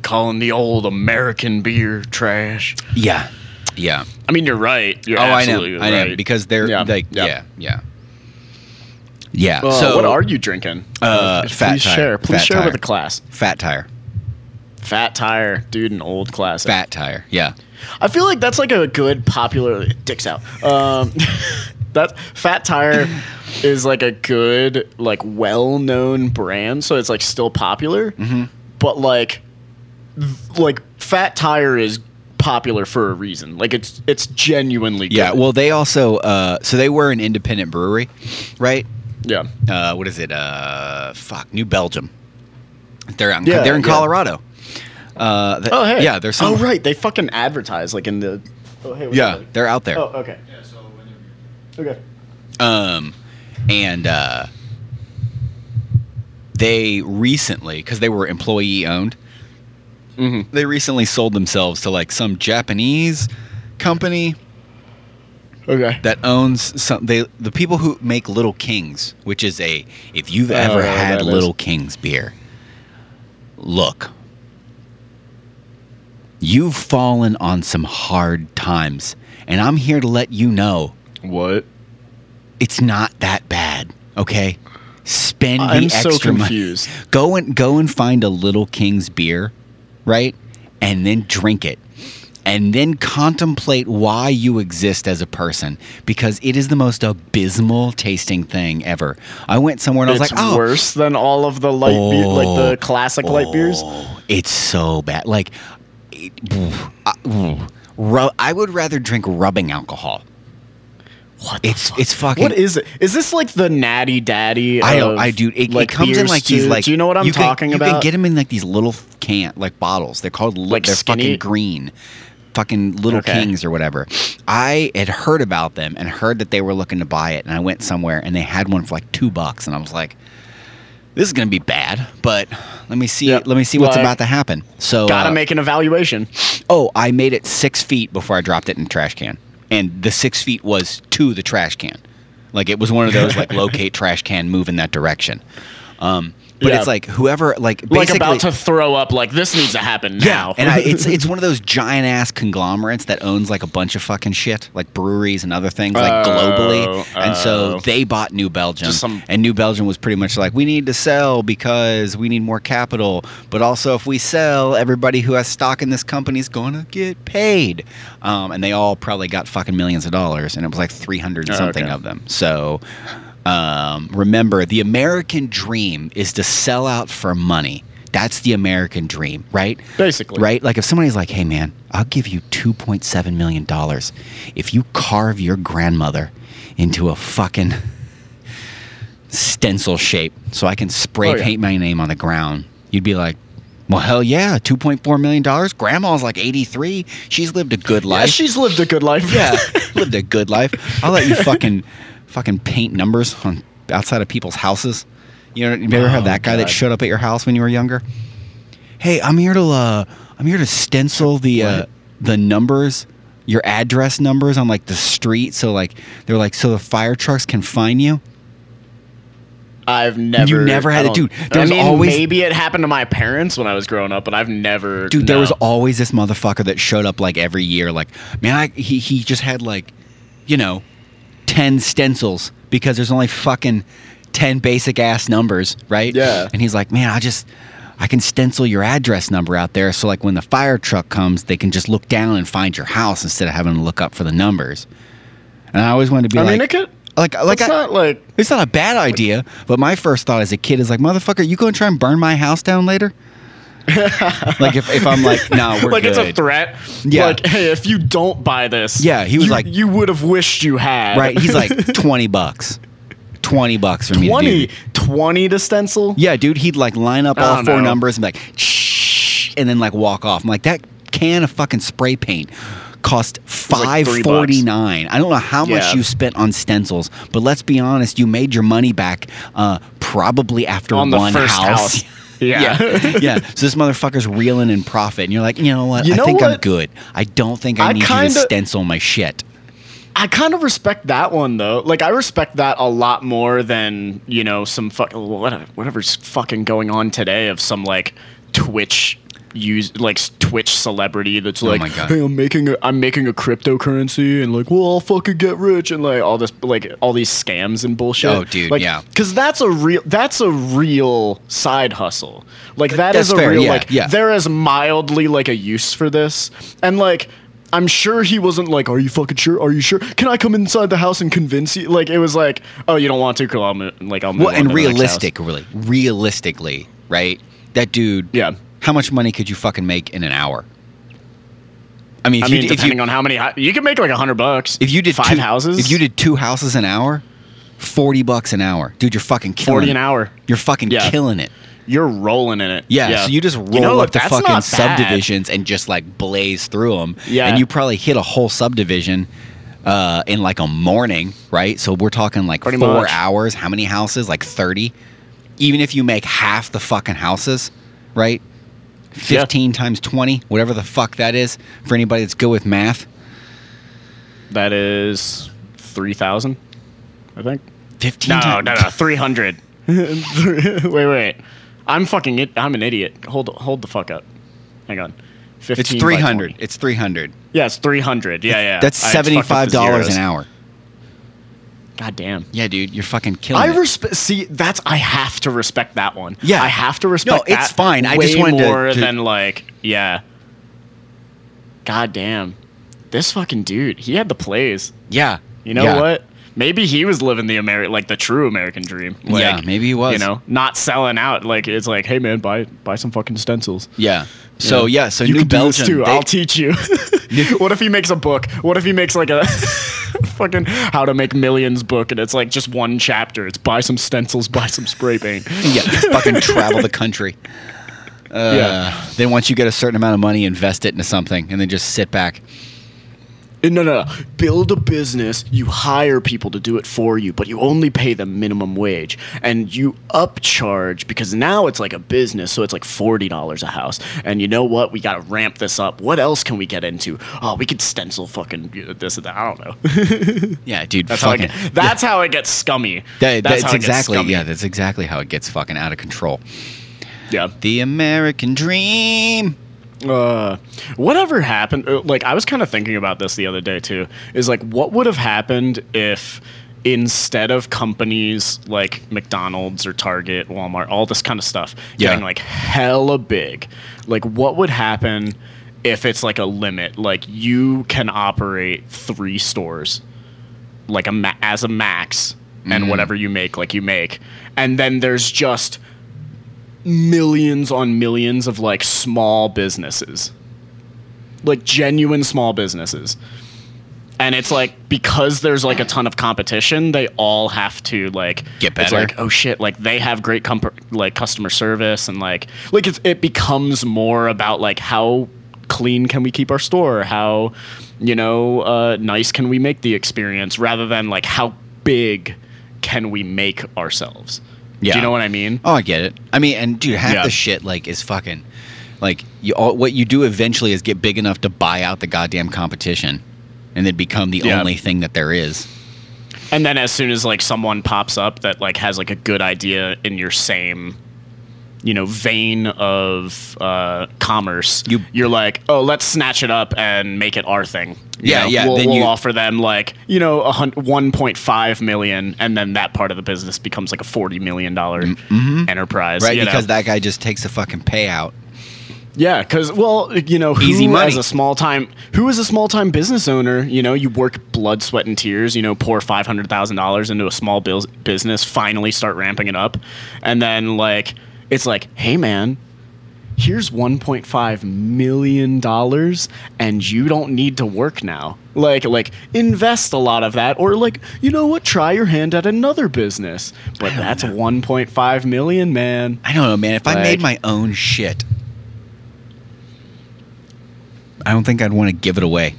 A: calling the old American beer trash.
B: yeah, yeah.
A: I mean, you're right. You're
B: oh, I know.
A: absolutely
B: I
A: right.
B: know because they're
A: Yeah,
B: like
A: yeah.
B: yeah, yeah, yeah.
A: Uh,
B: so
A: what are you drinking?
B: Uh,
A: please
B: Fat Tire.
A: share. Please
B: Fat
A: share
B: Tire.
A: with the class.
B: fat tire?
A: Fat tire, dude, an old classic.
B: Fat tire. Yeah.
A: I feel like that's like a good popular dicks out. Um, that Fat Tire is like a good like well-known brand, so it's like still popular.
B: Mm-hmm.
A: But like th- like Fat Tire is popular for a reason. Like it's it's genuinely
B: Yeah,
A: good.
B: well, they also uh, so they were an independent brewery, right?
A: Yeah.
B: uh, what is it? Uh, fuck, New Belgium. They're out in,
A: Yeah,
B: they're in
A: yeah.
B: Colorado. Uh, th-
A: Oh hey.
B: yeah, they're some.
A: Oh right, they fucking advertise like in the. Oh hey. what's
B: Yeah,
A: that?
B: they're out there.
A: Oh okay. Okay.
B: Um, and uh, they recently, because they were employee owned,
A: hmm
B: they recently sold themselves to like some Japanese company
A: Okay.
B: that owns some. They the people who make Little Kings, which is a if you've ever
A: Oh, yeah,
B: had
A: that
B: Little Kings beer, look, you've fallen on some hard times, and I'm here to let you know
A: What?
B: it's not that bad. Okay, spend
A: I'm
B: the
A: so
B: extra money.
A: confused.
B: Go and go and find a Little King's beer, right? And then drink it. And then contemplate why you exist as a person because it is the most abysmal tasting thing ever. I went somewhere and I was
A: it's
B: like, "Oh,
A: worse than all of the light beer, like the classic light beers.
B: oh, It's so bad. Like, it, oof, I, oof. Ru- I would rather drink rubbing alcohol.
A: What?
B: It's it's fucking.
A: what is it? Is this like the natty daddy?
B: I don't.
A: of,
B: I do. It,
A: like,
B: it comes in
A: beers,
B: like these.
A: too?
B: Like
A: do you know what I'm
B: can-
A: talking
B: you
A: about?
B: can get them in like these little can like bottles. They're called li-
A: Like
B: they're
A: skinny-
B: fucking green, fucking little
A: Okay.
B: kings or whatever. I had heard about them and heard that they were looking to buy it, and I went somewhere and they had one for like two bucks, and I was like, "This is gonna be bad," but let me see.
A: Yep.
B: Let me see what's
A: Like-
B: about to happen. So
A: Gotta
B: uh,
A: make an evaluation.
B: Oh, I made it six feet before I dropped it in the trash can, and the six feet was to the trash can. Like it was one of those like locate trash can, move in that direction. Um, but
A: Yeah.
B: it's like whoever like basically
A: Like about to throw up. Like this needs to happen now.
B: and I, it's it's one of those giant ass conglomerates that owns like a bunch of fucking shit, like breweries and other things, like globally.
A: Oh,
B: And so
A: oh.
B: they bought New Belgium,
A: Just some-
B: and New Belgium was pretty much like, we need to sell because we need more capital, but also if we sell, everybody who has stock in this company is gonna get paid. Um, and they all probably got fucking millions of dollars, and it was like three hundred
A: Oh,
B: something
A: okay.
B: of them. So. Um, remember, the American dream is to sell out for money. That's the American dream, right?
A: Basically.
B: Right? Like if somebody's like, hey man, I'll give you $2.7 million if you carve your grandmother into a fucking stencil shape so I can spray
A: Oh, yeah.
B: paint my name on the ground, you'd be like, well, hell yeah, $2.4 million. Grandma's like 83. She's lived a good
A: Yeah,
B: life.
A: she's lived a good life.
B: Yeah, lived a good life. I'll let you fucking fucking paint numbers on outside of people's houses. You know, you ever have
A: Oh,
B: that guy that
A: God.
B: showed up at your house when you were younger? Hey, I'm here to uh, I'm here to stencil the uh,
A: What?
B: the numbers, your address numbers on like the street. So like they're like so the fire trucks can find you.
A: I've never.
B: never had
A: I
B: a
A: don't-
B: dude. There
A: I
B: was
A: mean,
B: always-
A: maybe it happened to my parents when I was growing up, but I've never.
B: Dude, there
A: no.
B: was always this motherfucker that showed up like every year. Like, man, I, he he just had like, you know, ten stencils because there's only fucking ten basic ass numbers, right?
A: Yeah.
B: And he's like, man, I just I can stencil your address number out there, so like when the fire truck comes, they can just look down and find your house instead of having to look up for the numbers. And I always wanted to be
A: I
B: like,
A: mean, it could.
B: like, like
A: it's
B: I,
A: not like.
B: it's not a bad idea, but my first thought as a kid is like, motherfucker, you gonna try and burn my house down later? like if, if I'm like, nah, we're
A: like
B: good.
A: it's a threat.
B: Yeah.
A: Like, hey, if you don't buy this,
B: Yeah, he was
A: you-
B: like-
A: you would have wished you had.
B: right? He's like twenty bucks, twenty bucks for me. to do
A: 20,
B: this.
A: 20 to stencil.
B: Yeah, dude, he'd like line up
A: I
B: all
A: don't
B: four
A: know.
B: numbers and be like, shh, and then like walk off. I'm like, that can of fucking spray paint cost
A: was like
B: five
A: three bucks.
B: forty nine. I don't know how much
A: Yeah.
B: you spent on stencils, but let's be honest, you made your money back uh, probably after
A: on the
B: one
A: first house. Yeah.
B: yeah. yeah. So this motherfucker's reeling in profit, and you're like, you know what?
A: You
B: I
A: know
B: think I'm
A: what?
B: good. I don't think I,
A: I
B: need you to
A: kinda-
B: stencil my shit.
A: I kind of respect that one though. Like I respect that a lot more than you know some fuck what- whatever's fucking going on today of some like Twitch use like s- Twitch celebrity that's like,
B: Oh my God.
A: hey, I'm making a I'm making a cryptocurrency and like, well, I'll fucking get rich and like all this like all these scams and bullshit.
B: Oh, dude,
A: Like,
B: yeah.
A: Because that's a real that's a real side hustle. Like that is
B: that's
A: a
B: fair,
A: real
B: yeah,
A: like
B: yeah.
A: there is mildly like a use for this and like i'm sure he wasn't like are you fucking sure are you sure can i come inside the house and convince you like it was like oh you don't want to cool i'll move like i'll move
B: Well,
A: on
B: and
A: to the next
B: realistic, really, realistically, right? That dude.
A: Yeah.
B: How much money could you fucking make in an hour? I mean, if
A: house. i
B: you
A: mean
B: did, if
A: depending
B: you,
A: on how many hou- you can make like a hundred bucks
B: if you did
A: five
B: two,
A: houses
B: if you did two houses an hour, Forty bucks an hour, dude. You're fucking killing.
A: Forty
B: it.
A: an hour.
B: You're fucking
A: Yeah.
B: killing it.
A: You're rolling in it.
B: Yeah, so you just roll
A: what?
B: up the
A: That's
B: fucking
A: not bad.
B: subdivisions and just like blaze through them.
A: Yeah.
B: and you probably hit a whole subdivision uh, in like a morning, right? So we're talking like
A: Pretty
B: four
A: much.
B: hours. How many houses? Like thirty. Even if you make half the fucking houses, right?
A: Yeah.
B: Fifteen times twenty, whatever the fuck that is. For anybody that's good with math,
A: That is three thousand, I think.
B: fifteen.
A: No,
B: times,
A: no, no, three hundred. wait, wait. I'm fucking. It, I'm an idiot. Hold, hold the fuck up. Hang on. 15
B: It's
A: by
B: three hundred.
A: 20.
B: It's three hundred.
A: Yeah, it's three hundred. Yeah, yeah.
B: That's
A: I fucked up the
B: seventy-five dollars
A: zeros.
B: an hour.
A: God damn.
B: Yeah, dude, you're fucking killing.
A: I
B: it.
A: respect. See, that's I have to respect that one.
B: Yeah.
A: I have to respect.
B: No, it's
A: that
B: fine. I
A: way
B: just wanted to-
A: more
B: to-
A: than like yeah. God damn, this fucking dude. He had the plays.
B: yeah,
A: You know
B: Yeah.
A: what? Maybe he was living the Ameri- like the true American dream. Like,
B: Yeah, maybe he was.
A: You know, not selling out. Like it's like, hey man, buy buy some fucking stencils.
B: Yeah. So yeah, so
A: you
B: New
A: can do this
B: Belgium.
A: too.
B: they-
A: I'll teach you. what if he makes a book? What if he makes like a fucking how to make millions book and it's like just one chapter. It's buy some stencils, buy some spray paint.
B: yeah, fucking travel the country. Uh,
A: Yeah.
B: Then once you get a certain amount of money, invest it into something, and then just sit back.
A: No, no, no. Build a business. You hire people to do it for you, but you only pay them minimum wage. And you upcharge because now it's like a business, so it's like $40 a house. And you know what? We got to ramp this up. What else can we get into? Oh, we could stencil fucking you know, this and that. I don't know.
B: Yeah, dude.
A: That's, how, it
B: fucking.
A: get, that's how it gets scummy.
B: that- that's
A: how it gets
B: exactly.
A: scummy.
B: Yeah, that's exactly how it gets fucking out of control.
A: Yeah.
B: The American dream.
A: Uh, whatever happened, uh, like I was kind of thinking about this the other day too, is like what would have happened if instead of companies like McDonald's or Target, Walmart, all this kind of stuff
B: Yeah.
A: getting like hella big, like what would happen if it's like a limit, like you can operate three stores like a ma- as a max and whatever you make like you make and then there's just millions on millions of like small businesses like genuine small businesses and it's like because there's like a ton of competition they all have to like
B: Get
A: it's
B: better.
A: like oh shit like they have great comp- like customer service and like like it's, it becomes more about like how clean can we keep our store how you know uh, nice can we make the experience rather than like how big can we make ourselves do
B: Yeah.
A: you know what i mean
B: Oh, I get it. I mean, and dude, half
A: Yeah.
B: the shit like is fucking like you. All, what you do eventually is get big enough to buy out the goddamn competition, and then become the
A: Yeah.
B: only thing that there is.
A: And then as soon as like someone pops up that like has like a good idea in your same you know vein of uh, commerce,
B: You-
A: you're like, oh, let's snatch it up and make it our thing. You
B: Yeah,
A: know,
B: yeah,
A: We'll,
B: then
A: we'll
B: you-
A: offer them like you know a hun- 1.5 million, and then that part of the business becomes like a 40 million dollar enterprise,
B: Mm-hmm. right?
A: you know?
B: Because that guy just takes a fucking payout.
A: Yeah, because well, you know, who
B: Easy money.
A: as a small time who is a small time business owner? You know, you work blood, sweat, and tears. You know, pour five hundred thousand dollars into a small bil- business, finally start ramping it up, and then like it's like, hey man, here's one point five million dollars, and you don't need to work now. Like like invest a lot of that, or like you know what, try your hand at another business. But that's one point five million, man.
B: I don't know, man. If I made my
A: Like-
B: own shit, I don't think I'd want to give it away.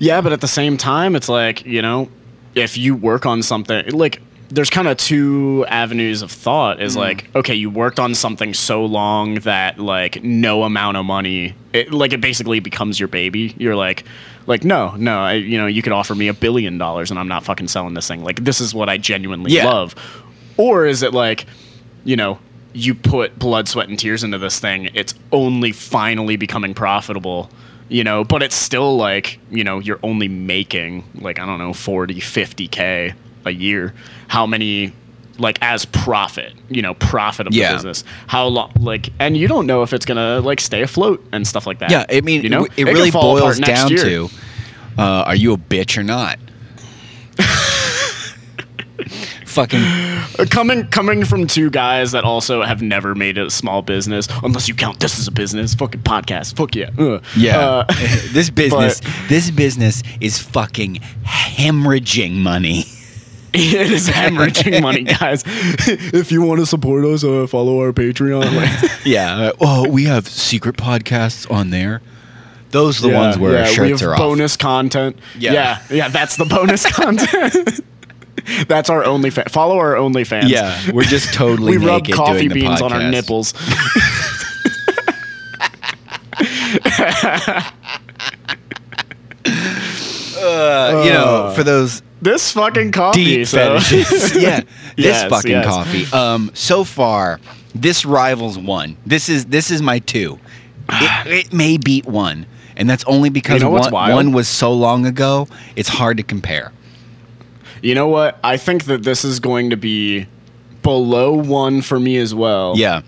A: Yeah, but at the same time, it's like, you know, if you work on something, like, there's kind of two avenues of thought is like, okay, you worked on something so long that, like, no amount of money, it, like, it basically becomes your baby. You're like, like, no, no, I, you know, you could offer me a billion dollars and I'm not fucking selling this thing. Like, this is what I genuinely
B: Yeah.
A: love. Or is it like, you know, you put blood, sweat, and tears into this thing. It's only finally becoming profitable, you know, but it's still like, you know, you're only making like, I don't know, 40, 50K a year. How many, like, as profit, you know, profit of
B: Yeah.
A: the business? How long, like, and you don't know if it's going to, like, stay afloat and stuff like that.
B: Yeah, I mean,
A: you know,
B: it, it
A: could
B: really
A: fall apart
B: boils
A: next
B: down
A: year.
B: to: uh, Are you a bitch or not? fucking
A: Uh, Coming coming from two guys that also have never made a small business, unless you count this as a business, fucking podcast, fuck yeah, Ugh.
B: yeah!
A: Uh,
B: this business, this business is fucking hemorrhaging money.
A: it is hemorrhaging money, guys. if you want to support us, uh, follow our Patreon. Like,
B: Yeah. uh, oh, we have secret podcasts on there. Those are the
A: yeah,
B: ones where
A: yeah, we have
B: shirts are off.
A: bonus content.
B: Yeah.
A: Yeah. yeah, that's the bonus content. that's our OnlyFans. Follow our OnlyFans.
B: Yeah, we're just totally
A: we rub
B: naked
A: coffee
B: doing the
A: beans on our
B: podcast.
A: nipples.
B: Uh, you know,
A: Uh,
B: for those
A: This fucking coffee.
B: deep
A: so.
B: fetishes. yeah, this
A: Yes,
B: fucking
A: yes.
B: coffee. Um, so far, this rivals one. This is this is my two. It, it may beat one, and that's only because
A: Ah. know what's
B: one,
A: wild?
B: one was so long ago. It's hard to compare.
A: You know what? I think that this is going to be below one for me as well.
B: Yeah,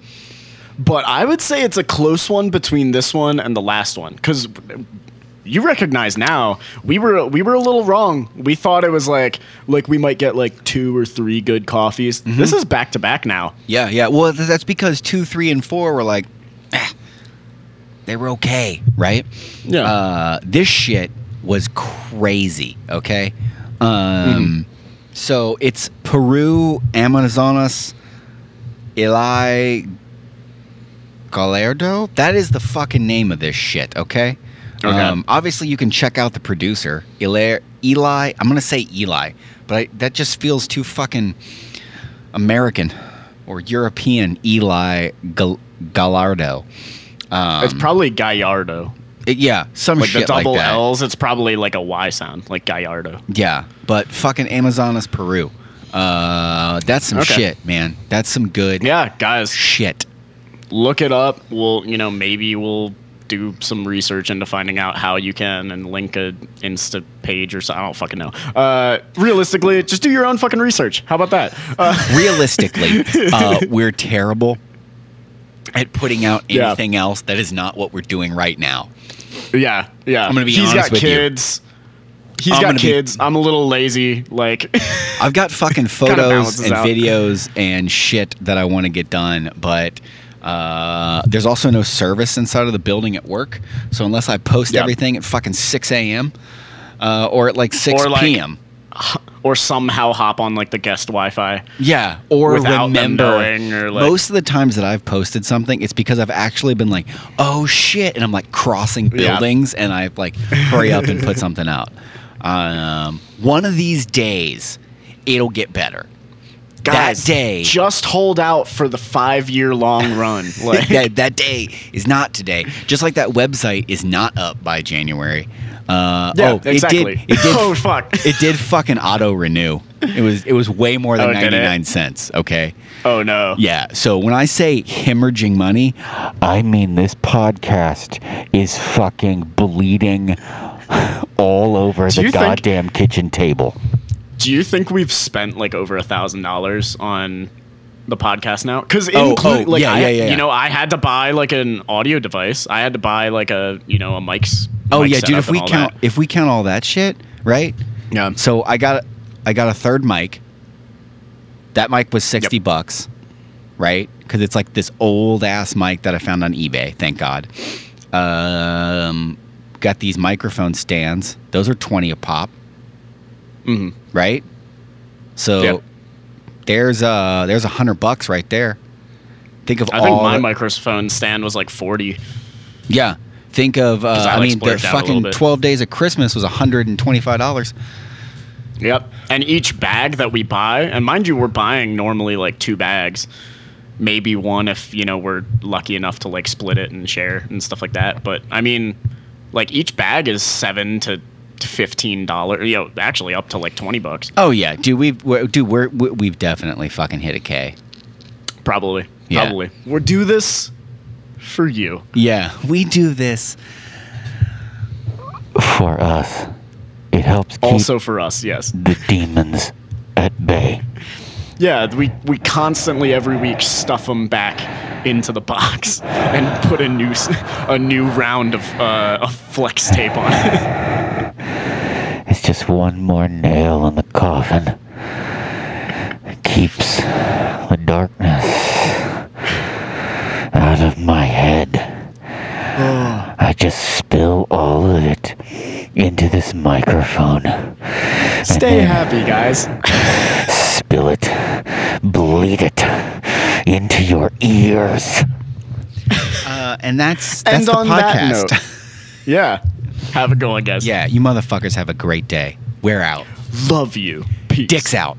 A: But I would say it's a close one between this one and the last one because you recognize now we were we were a little wrong. We thought it was like like we might get like two or three good coffees.
B: Mm-hmm.
A: This is back to back now.
B: yeah, yeah. Well, th- that's because two, three, and four were like, eh, they were okay, right?
A: Yeah.
B: Uh, this shit was crazy. Okay. Um, So it's Peru, Amazonas, Eli Galardo. That is the fucking name of this shit. Okay. Um,
A: Okay.
B: obviously, you can check out the producer, Eli. Eli I'm gonna say Eli, but I, that just feels too fucking American or European. Eli Gal- Gallardo. Um,
A: it's probably Gallardo.
B: it- yeah, some
A: Like the
B: shit
A: double
B: like that.
A: L's, it's probably like a Y sound, like Gallardo.
B: Yeah, but fucking Amazonas, Peru. Uh, that's some
A: Okay.
B: shit, man. That's some good
A: Yeah, guys,
B: shit.
A: look it up. We'll you know maybe we'll do some research into finding out how you can and link a Insta page or something. I don't fucking know. Uh, realistically, just do your own fucking research. How about that? Uh,
B: Realistically, uh, we're terrible at putting out
A: Yeah.
B: anything else that is not what we're doing right now.
A: Yeah, yeah.
B: I'm gonna be
A: He's
B: honest
A: got
B: with you.
A: kids. He's
B: I'm
A: got
B: gonna be-
A: kids. I'm a little lazy. Like,
B: I've got fucking photos
A: balances
B: and
A: out.
B: videos and shit that I want to get done, but uh, there's also no service inside of the building at work. So unless I post
A: Yep.
B: everything at fucking 6 a.m. Uh, or at like 6
A: Or, like,
B: p.m.
A: or somehow hop on like the guest Wi-Fi.
B: Yeah, or
A: Without them
B: remember.
A: knowing or, like-
B: most of the times that I've posted something, it's because I've actually been like, "Oh shit," and I'm like crossing
A: Yeah.
B: buildings, and I like hurry up and put something out. Um, one of these days, it'll get better.
A: Guys,
B: day-
A: just hold out for the five-year-long run. Like,
B: that, that day is not today. Just like that website is not up by January. Uh,
A: yeah,
B: oh,
A: exactly.
B: It did. It did
A: oh fuck.
B: It did fucking auto renew. It was it was way more than
A: Oh, did it?
B: ninety nine cents. Okay.
A: Oh no.
B: Yeah. So when I say hemorrhaging money, I mean this podcast is fucking bleeding all over
A: Do
B: the
A: you think-
B: goddamn kitchen table.
A: Do you think we've spent like over a thousand dollars on the podcast now? Because
B: Oh,
A: include
B: oh,
A: like
B: yeah,
A: I,
B: yeah, yeah, yeah.
A: you know, I had to buy like an audio device. I had to buy like a you know a mic's.
B: Oh
A: mic
B: yeah, dude.
A: setup
B: If
A: and
B: we
A: all
B: count, if we count all that shit, right?
A: that. yeah,
B: So I got, I got a third mic. That mic was sixty bucks, right? Because it's like this old ass mic that I found on eBay. Thank God. Um, got these microphone stands. Those are twenty a pop.
A: hmm
B: right? So
A: Yep.
B: there's uh there's a hundred bucks right there. Think of
A: I
B: all
A: think my
B: the-
A: microphone stand was like forty.
B: yeah. Think of uh,
A: 'Cause I,
B: I,
A: like,
B: mean the
A: splurged out a little
B: fucking
A: bit.
B: twelve days of Christmas was hundred and twenty five dollars.
A: Yep. And each bag that we buy, and mind you, we're buying normally like two bags, maybe one if, you know, we're lucky enough to like split it and share and stuff like that. But I mean, like each bag is seven to to fifteen dollars. You know, actually up to like twenty bucks,
B: Oh yeah, dude we've we're, dude we're we- we've definitely fucking hit a K.
A: probably.
B: Yeah.
A: Probably. We're do this for you.
B: Yeah, we do this
C: for us. It helps keep
A: Also for us, yes.
C: the demons at bay.
A: Yeah, we we constantly every week stuff them back into the box and put a new s- a new round of uh, of flex tape on it.
C: It's just one more nail in the coffin. It keeps the darkness out of my head. I just spill all of it into this microphone.
A: Stay happy, guys.
C: Spill it, bleed it into your ears.
B: Uh, and that's that's
A: And
B: the
A: on that
B: podcast.
A: note- yeah. Have a going, guys.
B: yeah, you motherfuckers have a great day. We're out.
A: Love you. Peace.
B: Dicks out.